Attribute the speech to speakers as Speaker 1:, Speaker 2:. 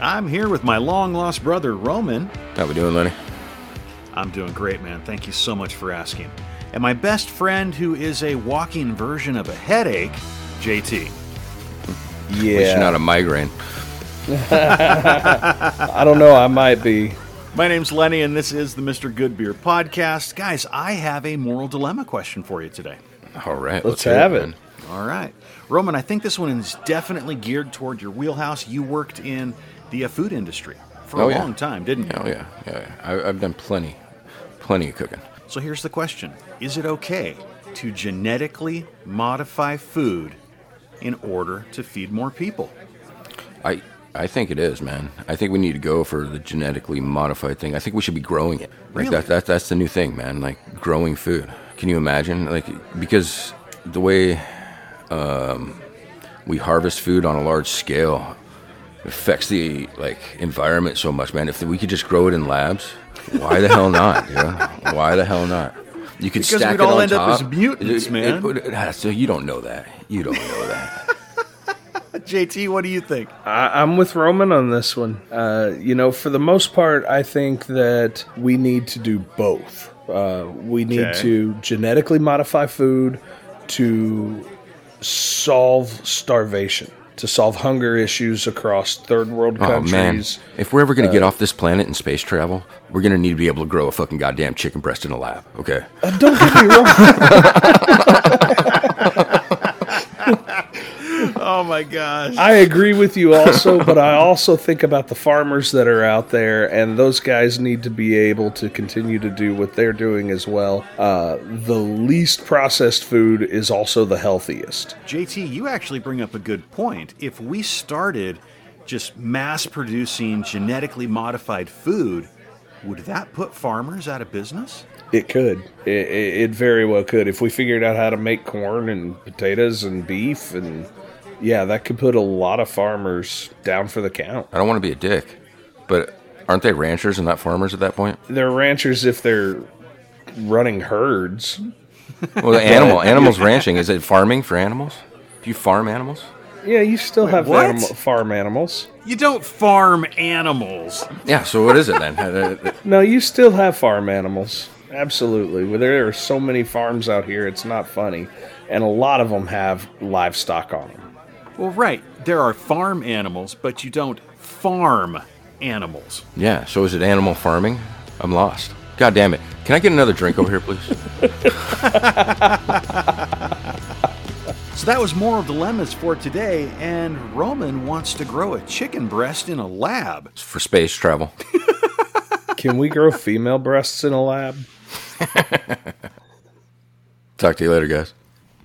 Speaker 1: I'm here with my long lost brother, Roman.
Speaker 2: How we doing, Lenny?
Speaker 1: I'm doing great, man. Thank you so much for asking. And my best friend, who is a walking version of a headache, JT.
Speaker 2: At least
Speaker 3: Yeah,
Speaker 2: you're not a migraine.
Speaker 3: I don't know. I might be.
Speaker 1: My name's Lenny, and this is the Mr. Goodbeer podcast. Guys, I have a moral dilemma question for you today.
Speaker 2: All right,
Speaker 3: Let's
Speaker 2: hear
Speaker 3: have it.
Speaker 2: man.
Speaker 1: All right. Roman, I think this one is definitely geared toward your wheelhouse. You worked in the uh, food industry for
Speaker 2: Oh,
Speaker 1: a
Speaker 2: yeah.
Speaker 1: long time, didn't you?
Speaker 2: Oh yeah, yeah. yeah. I, I've done plenty, plenty of cooking.
Speaker 1: So here's the question Is it okay to genetically modify food in order to feed more people?
Speaker 2: I I think it is, man. I think we need to go for the genetically modified thing. I think we should be growing it. Like
Speaker 1: Really?
Speaker 2: that, that that's the new thing, man. Like growing food. Can you imagine? Like because the way um, we harvest food on a large scale affects the like environment so much, man. If we could just grow it in labs, why the hell not? You know? Why the hell not? You could
Speaker 1: Because
Speaker 2: stack
Speaker 1: we'd
Speaker 2: it
Speaker 1: all
Speaker 2: on
Speaker 1: end up as
Speaker 2: top.
Speaker 1: mutants,
Speaker 2: It- it-
Speaker 1: man.
Speaker 2: it- ah, so you don't know that. You don't know that.
Speaker 1: JT, what do you think?
Speaker 3: I, I'm with Roman on this one. Uh, you know, for the most part, I think that we need to do both. Uh, we need
Speaker 1: Okay.
Speaker 3: to genetically modify food to solve starvation, to solve hunger issues across third world
Speaker 2: Oh man!
Speaker 3: countries.
Speaker 2: If we're ever gonna get off this planet and space travel, we're gonna need to be able to grow a fucking goddamn chicken breast in a lab. Okay.
Speaker 3: Uh, don't get me wrong.
Speaker 1: Oh my gosh.
Speaker 3: I agree with you also, but I also think about the farmers that are out there, and those guys need to be able to continue to do what they're doing as well. Uh, the least processed food is also the healthiest.
Speaker 1: JT, you actually bring up a good point. If we started just mass producing genetically modified food, would that put farmers out of business?
Speaker 3: It could. It, it, it very well could. If we figured out how to make corn and potatoes and beef, and yeah, that could put a lot of farmers down for the count.
Speaker 2: I don't want to be a dick, but aren't they ranchers and not farmers at that point?
Speaker 3: They're ranchers if they're running herds.
Speaker 2: Well, the animal animals ranching is it farming for animals? Do you farm animals?
Speaker 3: Yeah, you still have
Speaker 1: what?
Speaker 3: animal, farm animals.
Speaker 1: You don't farm animals.
Speaker 2: Yeah. So what is it then? Uh,
Speaker 3: No, you still have farm animals. Absolutely. Well, there are so many farms out here, it's not funny. And a lot of them have livestock on them.
Speaker 1: Well, right. There are farm animals, but you don't farm animals.
Speaker 2: yeah. So is it animal farming? I'm lost. God damn it! Can I get another drink over here, please?
Speaker 1: So that was moral dilemmas for today, and Roman wants to grow a chicken breast in a lab.
Speaker 2: It's for space travel.
Speaker 3: Can we grow female breasts in a lab?
Speaker 2: Talk to you later, guys.